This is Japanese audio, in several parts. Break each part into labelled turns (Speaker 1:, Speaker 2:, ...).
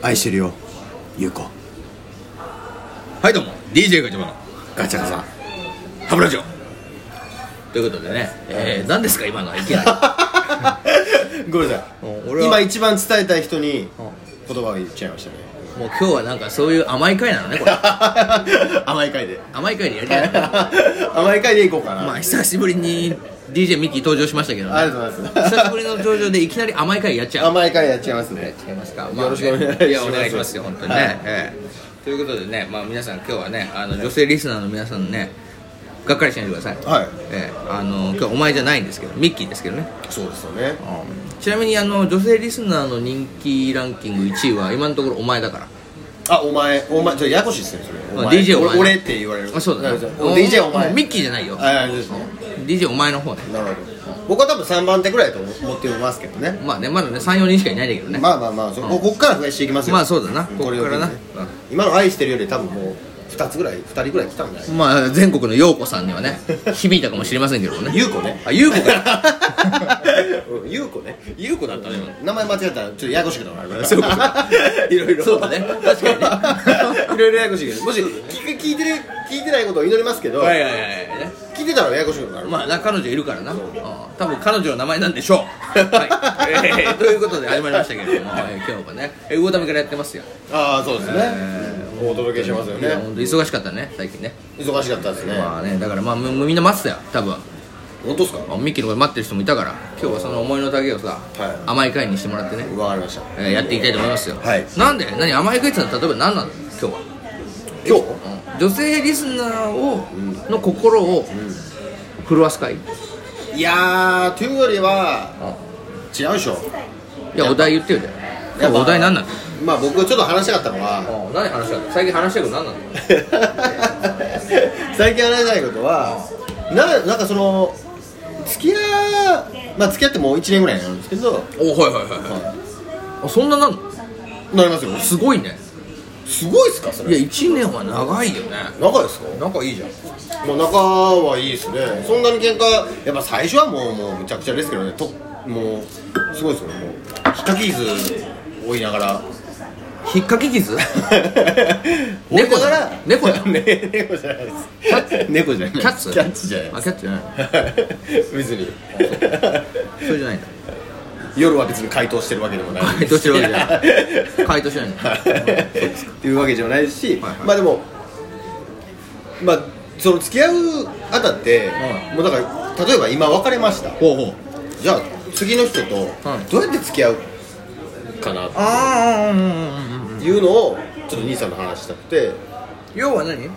Speaker 1: 愛してるよ優子
Speaker 2: はいどうも DJ ガチャバの
Speaker 1: ガチャガチャ
Speaker 2: ハ ブラジオということでね、えー、何ですか今のはいきな り
Speaker 1: ごめんなさ
Speaker 2: うん
Speaker 1: い
Speaker 2: 俺は
Speaker 1: 今一番伝えたい人に言葉を言っちゃいましたね
Speaker 2: もう今日はなんかそういう甘い回なのねこれ
Speaker 1: 甘い回で
Speaker 2: 甘い回でやりたいな
Speaker 1: 甘い回でいこうかな、
Speaker 2: まあ久しぶりに DJ ミッキー登場しましたけど、
Speaker 1: あ
Speaker 2: ね、
Speaker 1: りがとうございます
Speaker 2: 久しぶりの登場でいきなり甘い回やっちゃう
Speaker 1: 甘い回やっちゃいますね
Speaker 2: 違いますか、
Speaker 1: よろしくお願いします
Speaker 2: いやお願いしますよ本当にね、
Speaker 1: はい
Speaker 2: ええということでね、まあ、皆さん今日はねあの女性リスナーの皆さんねがっかりしないでください、
Speaker 1: はい
Speaker 2: ええあの今日はお前じゃないんですけどミッキーですけどね
Speaker 1: そうですよね
Speaker 2: ちなみにあの女性リスナーの人気ランキング1位は今のところお前だから
Speaker 1: あお前お前じゃあややこしいっすねそれ
Speaker 2: まあ
Speaker 1: お前
Speaker 2: DJ お前
Speaker 1: 俺俺って言われる
Speaker 2: あそうだね
Speaker 1: なるほど DJ お前
Speaker 2: ミッキーじゃないよ
Speaker 1: はいはいそうですね
Speaker 2: DJ お前の方ね
Speaker 1: なるほど僕は多分3番手ぐらいと思ってますけどね
Speaker 2: まあねまだね34人しかいないんだけどね
Speaker 1: まあまあまあそここっから増やしていきますよ
Speaker 2: まあそうだな
Speaker 1: これを
Speaker 2: こっからな
Speaker 1: ね今の愛してるより多分もう2つぐらい2人ぐらい来たん じゃない
Speaker 2: まあ全国の陽子さんには ね響いたかもしれませんけどもね
Speaker 1: ゆうこね
Speaker 2: あ優子 か
Speaker 1: うんゆうこね
Speaker 2: 優子だったね
Speaker 1: 名
Speaker 2: 今
Speaker 1: 前間違えたらちょっとややこしくなるから
Speaker 2: そうか
Speaker 1: いろいろ
Speaker 2: そうだね確かにね
Speaker 1: いろいろややこしいけどもし聞く聞いてる聞いてないことを祈りますけど、
Speaker 2: はいはいはいはいね
Speaker 1: 聞いてたらややこしくなる、
Speaker 2: まあな彼女いるからなうん多分彼女の名前なんでしょうはい、 えーということで始まりましたけれども、えー今日はねえー魚民からやってますよ
Speaker 1: ああそうですね、
Speaker 2: え
Speaker 1: お届けしますよ
Speaker 2: いや
Speaker 1: ね
Speaker 2: 本当忙しかったね最近ね
Speaker 1: 忙しかったですね、
Speaker 2: まあねだからまあみみんな待ってたよ多分
Speaker 1: 本当ですか
Speaker 2: あミッキーのこと待ってる人もいたから今日はその思いの丈をさ、
Speaker 1: はい
Speaker 2: 甘い会にしてもらってね、
Speaker 1: わかりました
Speaker 2: えーやっていきたいと思いますよ、
Speaker 1: はい
Speaker 2: なんで何甘い会ってのは例えば何なの今日は、
Speaker 1: 今日
Speaker 2: うん女性リスナーを、の心を震わす会、
Speaker 1: いやーというよりは違うでしょ
Speaker 2: いやお題言ってよじゃあ今日お題何なの
Speaker 1: まあ僕ちょっと話したかったのは
Speaker 2: 何話したの最近話したこと何なの
Speaker 1: 最近話したいことはななんかその付き合いまあ付き合ってもう1年ぐらいになるんですけど、
Speaker 2: おはいはいはいはい、あそんななんの
Speaker 1: なりますよ
Speaker 2: すごいね
Speaker 1: すごいっすかそ
Speaker 2: いや1年は長いよね
Speaker 1: 仲ですか
Speaker 2: 仲いいじゃん
Speaker 1: まあ仲はいいですねそんなに喧嘩やっぱ最初はもうもうむちゃくちゃですけどねともうすごいですよねもうひっかき傷追いながら
Speaker 2: ひっかき 傷
Speaker 1: 追いながら
Speaker 2: 猫だ
Speaker 1: ね 猫じゃないです猫じゃない
Speaker 2: キャッツ
Speaker 1: キャッツじゃない
Speaker 2: あキャッツじゃない
Speaker 1: です別に
Speaker 2: それじゃないんだ
Speaker 1: 夜は別に回答してるわけでもない
Speaker 2: 回答してるわけじゃない回答してないの
Speaker 1: っていうわけじゃないし、
Speaker 2: はいはい
Speaker 1: まあでもまあその付き合うあたって、
Speaker 2: は
Speaker 1: もうだから例えば今別れました
Speaker 2: ほうほう
Speaker 1: じゃあ次の人と
Speaker 2: はい
Speaker 1: どうやって付き合うかなっ
Speaker 2: ああうんうんうんうん
Speaker 1: ていうのをちょっと兄さんの話したくて
Speaker 2: 要は何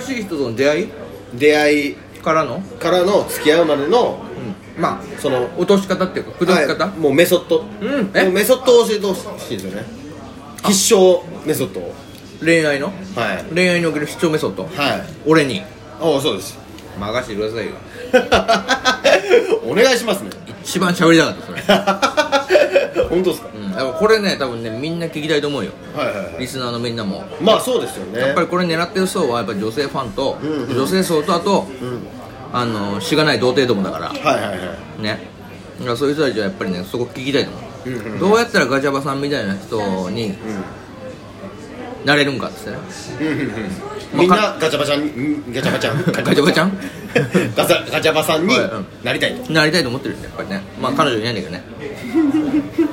Speaker 2: 新しい人との出会い
Speaker 1: 出会い
Speaker 2: からの、
Speaker 1: からの付き合うまでの
Speaker 2: うん、まあ
Speaker 1: その
Speaker 2: 落とし方っていうか口説き方、
Speaker 1: はいもうメソッド、
Speaker 2: うんえ
Speaker 1: もうメソッドを教えてほしいんですよね必勝メソッドを
Speaker 2: 恋愛の
Speaker 1: はい
Speaker 2: 恋愛における視聴メソッド
Speaker 1: はい
Speaker 2: 俺に
Speaker 1: ああそうです
Speaker 2: 任せてくださいよ
Speaker 1: お願いしますね
Speaker 2: 一番喋りたかったそれ、
Speaker 1: 本当ですか
Speaker 2: うん、やっぱこれね多分ねみんな聞きたいと思うよ
Speaker 1: はいはいはい
Speaker 2: リスナーのみんなも
Speaker 1: まあそうですよね
Speaker 2: やっぱりこれ狙ってる層はやっぱ女性ファンと、
Speaker 1: うんうん
Speaker 2: 女性層とあと、
Speaker 1: ん
Speaker 2: あのしがない童貞どもだから
Speaker 1: はいはいはい
Speaker 2: ねだからそういう人たちはやっぱりねそこ聞きたいと思う、
Speaker 1: うんうん
Speaker 2: どうやったらガチャバさんみたいな人になれるんかっつってね
Speaker 1: うんうんうんみんなガチャバちゃんにガチャバちゃんガ
Speaker 2: ガチャバちゃん
Speaker 1: ガチャガチャバさんになりたいと
Speaker 2: なりたいと思ってるんだよやっぱりねまあ彼女いないんだけどね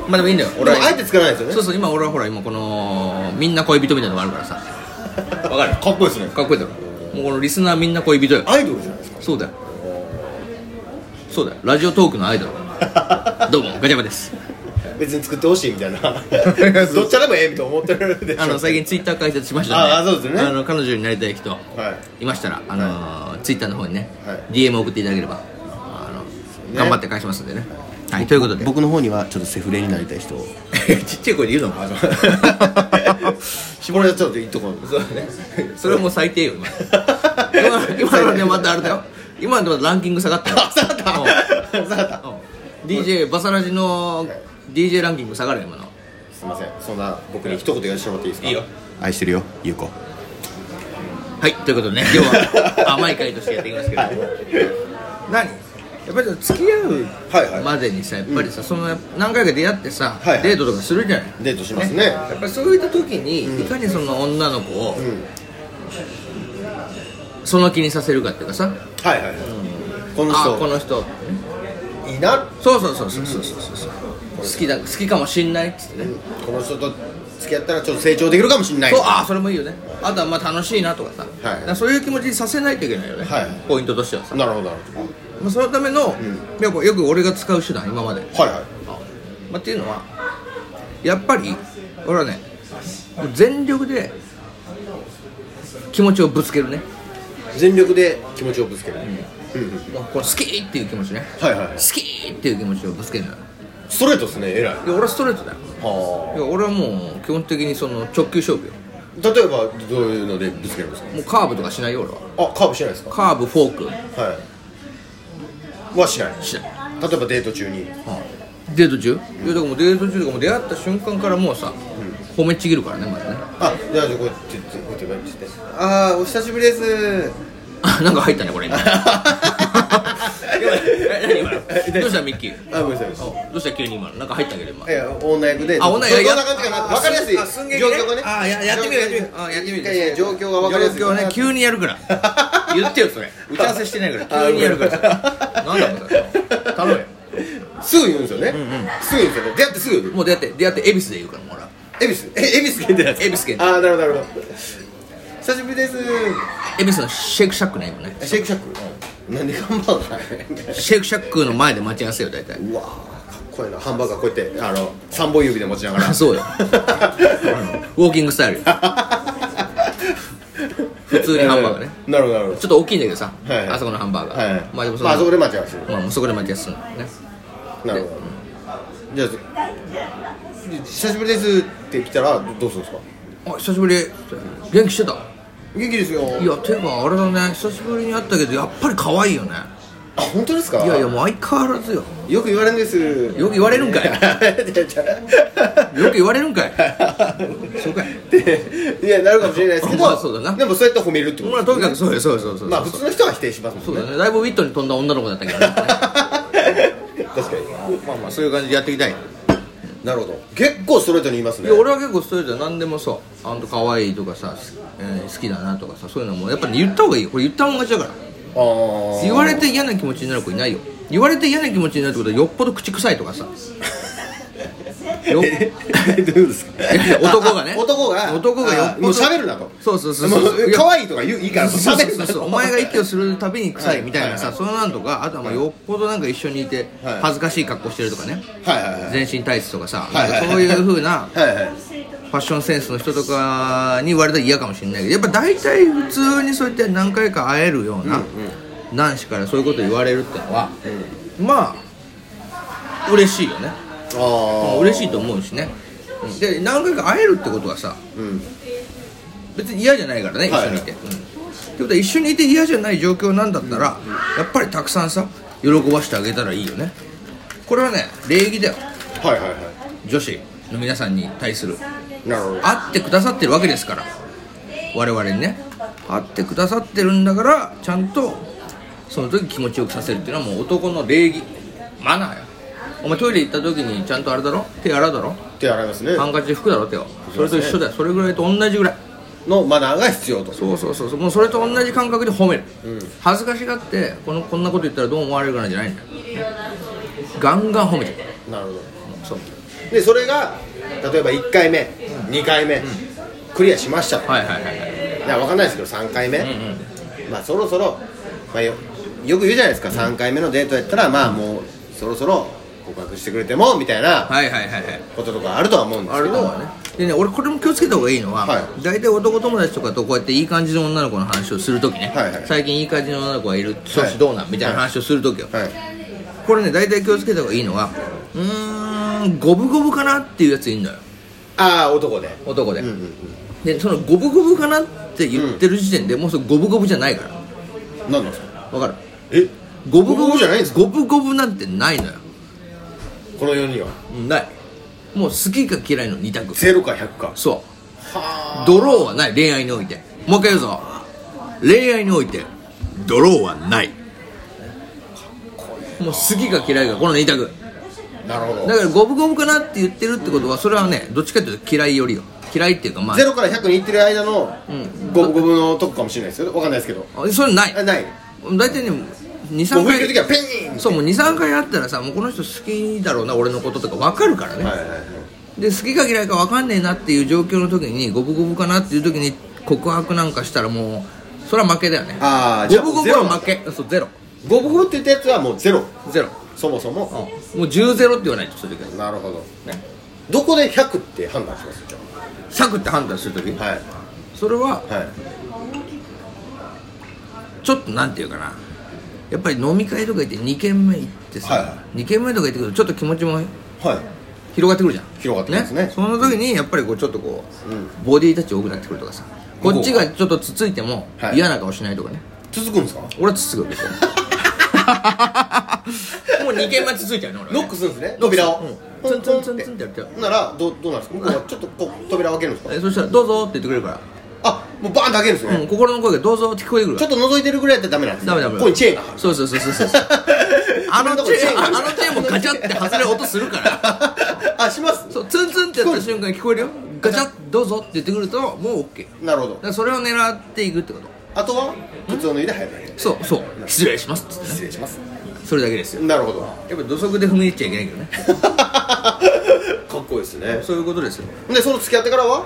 Speaker 2: まあでもいいんだよ
Speaker 1: 俺
Speaker 2: 俺は
Speaker 1: あえてつかないですよね
Speaker 2: そうそう今俺はほら今このみんな恋人みたいなのがあるからさわかる
Speaker 1: かっこいいですね
Speaker 2: かっこいいだろもうこのリスナーみんな恋人よ
Speaker 1: アイドルじゃないですか
Speaker 2: そうだよそうだよラジオトークのアイド ルどうもガチャバです
Speaker 1: 別に作ってほしいみたい などっちでもええみたいな思ってるでしょ
Speaker 2: あの最近ツイッター開設しましたん
Speaker 1: ああそうですね
Speaker 2: あの彼女になりたい人
Speaker 1: はい
Speaker 2: いましたら、あのーツイッターの方にね、
Speaker 1: はい
Speaker 2: DM 送っていただければ、あの頑張って返しますんでね。はい、ということで、
Speaker 1: 僕の方にはちょっとセフレになりたい 人を
Speaker 2: ちっちゃい声で言うのも
Speaker 1: 絞り出ちゃうといいとこ
Speaker 2: そうね、それはもう最低よ、今。今今のね、またあれだよ。今のでまたランキング 下がったよ。
Speaker 1: 下がった下がった
Speaker 2: うんうん DJ、バサラジの DJ ランキング下がるよ、今の。
Speaker 1: すいませんそんな僕に一言言わせてもらっていいですか
Speaker 2: いいよ
Speaker 1: 愛してるよゆうこ
Speaker 2: はい、ということでね、今日は甘い回としてやっていきますけれども。何やっぱりさ付き合
Speaker 1: はいはいう
Speaker 2: までにさやっぱりさ、その何回か出会ってさ、
Speaker 1: はいはい
Speaker 2: デートとかするじゃない
Speaker 1: デートしますね
Speaker 2: やっぱりそういった時に、いかにその女の子を、
Speaker 1: ん
Speaker 2: その気にさせるかっていうかさ
Speaker 1: はいはいはいこの
Speaker 2: あこ
Speaker 1: 人
Speaker 2: の人
Speaker 1: いいな
Speaker 2: そうそうそうそうそうそうそう好きだ好きかもしんないっつってね、
Speaker 1: この人と付き合ったらちょっと成長できるかもしれない
Speaker 2: そうああそれもいいよねあとはまあ楽しいなとかさ、
Speaker 1: はい
Speaker 2: だからそういう気持ちにさせないといけないよね、
Speaker 1: はい
Speaker 2: ポイントとしてはさ、
Speaker 1: なるほどなるほ
Speaker 2: まあ、そのための、やっぱよく俺が使う手段今まで、
Speaker 1: どはいはい
Speaker 2: まあ、っていうのはやっぱり俺はねもう全力で気持ちをぶつけるね
Speaker 1: 全力で気持ちをぶつける、うんうん
Speaker 2: この好きっていう気持ちね
Speaker 1: はいはいは
Speaker 2: 好
Speaker 1: い
Speaker 2: きっていう気持ちをぶつけるのよ
Speaker 1: ストレートですね偉い
Speaker 2: いや俺はストレートだよ
Speaker 1: はい
Speaker 2: や俺はもう基本的にその直球勝負よ
Speaker 1: あ例えばどういうのでぶつけるんですか
Speaker 2: もうカーブとかしないよ俺は
Speaker 1: あカーブしないですか
Speaker 2: カーブフォー
Speaker 1: はいはしない
Speaker 2: クしない
Speaker 1: 例えばデート中に
Speaker 2: デート中、いやだからもうデート中とかもう出会った瞬間からもうさ、褒めちぎるからねまずね
Speaker 1: あじゃあこうやってこうやってこうやってああお久しぶりです
Speaker 2: あなんか入ったねこれ今え何今のどうしたミッキー
Speaker 1: あごめんなさいい
Speaker 2: どうした急に今のなんか入ったけど今
Speaker 1: や女役で
Speaker 2: あ女役
Speaker 1: どどんな感じかな
Speaker 2: あ
Speaker 1: 分かりやすい
Speaker 2: あ寸劇ね
Speaker 1: 状況がね
Speaker 2: あややってみるやってみるあやってみる
Speaker 1: いやいや状況が分かりやすい
Speaker 2: 状況ね急にや るから言ってよそれ打ち合わせしてないから急にやるから
Speaker 1: あごめん
Speaker 2: なんだこれ頼むよ
Speaker 1: すぐ言うんですよねすぐ言うんですよね出会ってすぐ言う
Speaker 2: もう出会って出会って恵比寿で言うからもう俺は
Speaker 1: 恵比寿え恵比寿県ってなんですか
Speaker 2: 恵比寿県
Speaker 1: ああなるほどなるほど久しぶりです
Speaker 2: 恵比寿のシェイクシャックね今ね
Speaker 1: シェイクシャックなんでハンバーガー
Speaker 2: シェイクシャックの前で待ち合わせよ大体
Speaker 1: うわーかっこいいなハンバーガーこうやってあの三本指で持ちながら
Speaker 2: あ そうようんウォーキングスタイルよ普通にハンバーガーね
Speaker 1: なるほどなるほ
Speaker 2: ちょっと大きいんだけどさ、
Speaker 1: はい
Speaker 2: あそこのハンバー
Speaker 1: ど
Speaker 2: ガ
Speaker 1: はい
Speaker 2: ー、
Speaker 1: はい
Speaker 2: まあでもそ
Speaker 1: まああそこ
Speaker 2: の
Speaker 1: で待ち合わせる
Speaker 2: まあ、もうそこで待ち合わせするのね
Speaker 1: なるほどじゃあ久しぶりですって来たらどうするんですか
Speaker 2: あ久しぶり元気してた
Speaker 1: 元気ですよ
Speaker 2: いやていうかあれだね久しぶりに会ったけどやっぱり可愛いよね
Speaker 1: あ本当ですか
Speaker 2: いやいやもう相変わらずよ
Speaker 1: よく言われるんです
Speaker 2: よく言われるんかい
Speaker 1: いや
Speaker 2: よく言われるんか いそうかい
Speaker 1: いやなるかもしれないですけど、
Speaker 2: まあそうだな
Speaker 1: でもそうやって褒めるってこ
Speaker 2: ま
Speaker 1: と
Speaker 2: あとにかくそうよそうよそうよそうよ
Speaker 1: まあ普通の人は否定します
Speaker 2: そ
Speaker 1: も
Speaker 2: うんだ
Speaker 1: ね
Speaker 2: ねだいぶウィットに飛んだ女の子だっ たけど、ね、
Speaker 1: 確かに
Speaker 2: まあまあそういう感じでやっていきたいい
Speaker 1: なるほど結構ストレートに言いますね
Speaker 2: や俺は結構ストレートで何でもそうあんた可愛いとかさ、えー好きだなとかさそういうのもやっぱり言った方がいいこれ言ったもん勝ちだから
Speaker 1: あー
Speaker 2: 言われて嫌な気持ちになる子いないよ言われて嫌な気持ちになるってことはよっぽど口臭い とかさよ
Speaker 1: えどういうことですか
Speaker 2: いやいや 男がね
Speaker 1: ああ 男が
Speaker 2: 男がよっぽど
Speaker 1: あもう喋るなと
Speaker 2: そうそうそう
Speaker 1: も
Speaker 2: そう
Speaker 1: う可愛いとか言ういいから
Speaker 2: そう
Speaker 1: 喋る
Speaker 2: そ
Speaker 1: な
Speaker 2: う
Speaker 1: と
Speaker 2: そうお前が息をするたびに臭
Speaker 1: はい
Speaker 2: いみたいなさ、
Speaker 1: はい
Speaker 2: そのなんとかあとはまあよっぽどなんか一緒にいて
Speaker 1: はい
Speaker 2: 恥ずかしい格好してるとかね、
Speaker 1: はいはいはい
Speaker 2: 全身タイツとかさ、
Speaker 1: はい
Speaker 2: なんかそういう風な
Speaker 1: はいはい
Speaker 2: ファッションセンスの人とかに言われたら嫌かもしれないけどやっぱ大体普通にそうやって何回か会えるような男子からそういうこと言われるってのは、まあ嬉しいよね
Speaker 1: ああ
Speaker 2: 嬉しいと思うしねうんで何回か会えるってことはさ
Speaker 1: うん
Speaker 2: 別に嫌じゃないからね一
Speaker 1: はい
Speaker 2: 緒にいて、うんってことは一緒にいて嫌じゃない状況なんだったら、やっぱりたくさんさ喜ばしてあげたらいいよねこれはね礼儀だよ
Speaker 1: はいはいは
Speaker 2: 女子の皆さんに対する
Speaker 1: いなるほど
Speaker 2: 会ってくださってるわけですから我々にね会ってくださってるんだからちゃんとその時気持ちよくさせるっていうのはもう男の礼儀マナーやお前トイレ行った時にちゃんとあれだろ手洗うだろ
Speaker 1: 手洗いますね
Speaker 2: ハンカチ拭くだろ手をそれと一緒だよそれぐらいと同じぐらい
Speaker 1: のマナーが必要と
Speaker 2: そうそうそうそうもうそれと同じ感覚で褒める、恥ずかしがってこのこんなこと言ったらどう思われるかなんじゃないんだよガンガン褒めてる
Speaker 1: なるほど
Speaker 2: そう
Speaker 1: でそれが例えば1回目2回目クリアしました
Speaker 2: はいはいはいはい
Speaker 1: いや分かんないですけど3回目
Speaker 2: うんうん
Speaker 1: まあそろそろまあよよく言うじゃないですか3回目のデートやったらまあもうそろそろ告白してくれてもみたいな
Speaker 2: はいはいはいはい
Speaker 1: こととかあるとは思うんで
Speaker 2: あ
Speaker 1: すけ
Speaker 2: ると
Speaker 1: ど
Speaker 2: はねでね俺これも気をつけた方がいいのは、
Speaker 1: はい
Speaker 2: 大体男友達とかとこうやっていい感じの女の子の話をするときね、
Speaker 1: はいはい
Speaker 2: 最近いい感じの女の子がいる調子どうなん、みたいな話をするときよ、
Speaker 1: はい
Speaker 2: これね大体気をつけた方がいいのはうーん五分五分かなっていうやついるのよ
Speaker 1: ああ男で
Speaker 2: 男で、
Speaker 1: うんうん
Speaker 2: でその五分五分かなって言ってる時点で、もうそれ五分五分じゃないから
Speaker 1: うん何なんですか
Speaker 2: わかる
Speaker 1: え
Speaker 2: 五分五
Speaker 1: 五分五分
Speaker 2: 分
Speaker 1: じゃないんです
Speaker 2: 五分五分なんてないのよ
Speaker 1: この4人は
Speaker 2: うんないもう好きか嫌いの二択
Speaker 1: 0か100か
Speaker 2: そう
Speaker 1: は
Speaker 2: ドローはない恋愛においてもう一回言うぞ恋愛においてドローはないもう好きか嫌いかこの2択
Speaker 1: なるほど
Speaker 2: だから五分五分かなって言ってるってことはそれはねどっちかっていうと嫌いよりよ嫌いっていうかまあ
Speaker 1: 0から100にいってる間の
Speaker 2: ん
Speaker 1: 五分五分のとこかもしれないですよわかんないですけど
Speaker 2: あそれない
Speaker 1: あない
Speaker 2: 大体ね
Speaker 1: 五
Speaker 2: 23
Speaker 1: 分いける時
Speaker 2: 回
Speaker 1: はペイン
Speaker 2: そうもう23回会ったらさもうこの人好きだろうな俺のこととか分かるからね、
Speaker 1: はいはいはい
Speaker 2: で好きか嫌いか分かんねえなっていう状況の時に五分五分かなっていう時に告白なんかしたらもうそれは負けだよね
Speaker 1: あーじゃ
Speaker 2: 五
Speaker 1: あ
Speaker 2: 分五分は負けそうゼロ
Speaker 1: 五分五分って言ったやつはもうゼロ
Speaker 2: ゼロ、
Speaker 1: そもそも
Speaker 2: うん、もう10ゼロって言わないとそういう時
Speaker 1: な
Speaker 2: は
Speaker 1: るほど
Speaker 2: ね
Speaker 1: どこで100って判断しますじゃ
Speaker 2: 100って判断する時、
Speaker 1: あはい
Speaker 2: それは
Speaker 1: はい
Speaker 2: ちょっとなんていうかなやっぱり飲み会とか行って2軒目行って
Speaker 1: はい
Speaker 2: さ、
Speaker 1: は
Speaker 2: 二2軒目とか行ってくるとちょっと気持ちも
Speaker 1: はい
Speaker 2: 広がってくるじゃん
Speaker 1: 広がってきますね
Speaker 2: その時にやっぱりこうちょっとこう、
Speaker 1: うん
Speaker 2: ボディタッチ多くなってくるとかさこっちがちょっとつついても
Speaker 1: はい
Speaker 2: 嫌な顔しないとかね、
Speaker 1: 続くんですか
Speaker 2: 俺はつつくわけですよ もう2軒目つついちゃうね俺はね
Speaker 1: ノックするんですね扉を
Speaker 2: う
Speaker 1: ポ
Speaker 2: ん
Speaker 1: ンポン
Speaker 2: ツンツ
Speaker 1: っ
Speaker 2: ンツンってやって
Speaker 1: てならどうどうなんですか向こうはちょっとこう扉を開けるんですか
Speaker 2: えそしたら「どうぞ」って言ってくれるか
Speaker 1: あもうバーンって開けるんです
Speaker 2: ら、
Speaker 1: ね
Speaker 2: うん、心の声が「どうぞ」って聞こえてくる
Speaker 1: ち
Speaker 2: か
Speaker 1: ょっと覗いてるぐらいだったらダメなんですね
Speaker 2: らダメダメ
Speaker 1: ここにチェーンが張る
Speaker 2: そうそうそうそうそう あのチェーンあのチェーンもガチャって外れる音するから
Speaker 1: ら あします
Speaker 2: そうツンツンってやった瞬間に聞こえるよガチャッどうぞって言ってくるともう OK だか
Speaker 1: なるほど
Speaker 2: らそれを狙っていくってこと
Speaker 1: あとは靴を脱いで早く帰る
Speaker 2: そうそう失礼しますっつって
Speaker 1: 失礼します
Speaker 2: ねそれだけですよ
Speaker 1: なる ほど
Speaker 2: やっぱ土足で踏み入っちゃいけないけどね
Speaker 1: かっこいいですね
Speaker 2: そういうことですよ
Speaker 1: でその付き合ってからは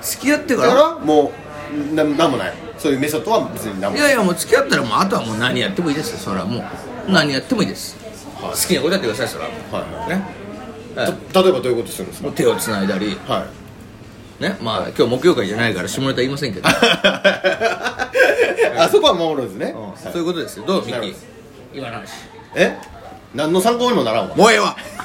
Speaker 2: 付き合って
Speaker 1: だ
Speaker 2: か
Speaker 1: かららもうななんもないそういうメソッドは別になんも
Speaker 2: い
Speaker 1: ない
Speaker 2: やいやもう付き合ったらもうあとはもう何やってもいいですよそれはもう何やってもいいです好
Speaker 1: はい
Speaker 2: きなことやってくださいそれはも
Speaker 1: は
Speaker 2: うね
Speaker 1: い
Speaker 2: え
Speaker 1: た例えばどういうことするんです
Speaker 2: え
Speaker 1: か
Speaker 2: もう手をつないだり
Speaker 1: はい
Speaker 2: ねまあ今日木曜会じゃないから下ネタ言いませんけ ど
Speaker 1: あそこは守るんですね、
Speaker 2: うん
Speaker 1: は
Speaker 2: そ
Speaker 1: いう
Speaker 2: いうことですよどうミ
Speaker 1: な
Speaker 2: ッ
Speaker 1: る
Speaker 2: キ
Speaker 1: ほ
Speaker 2: ー
Speaker 1: ど
Speaker 2: 今の話
Speaker 1: え何の参考にもならんわ
Speaker 2: もうええわ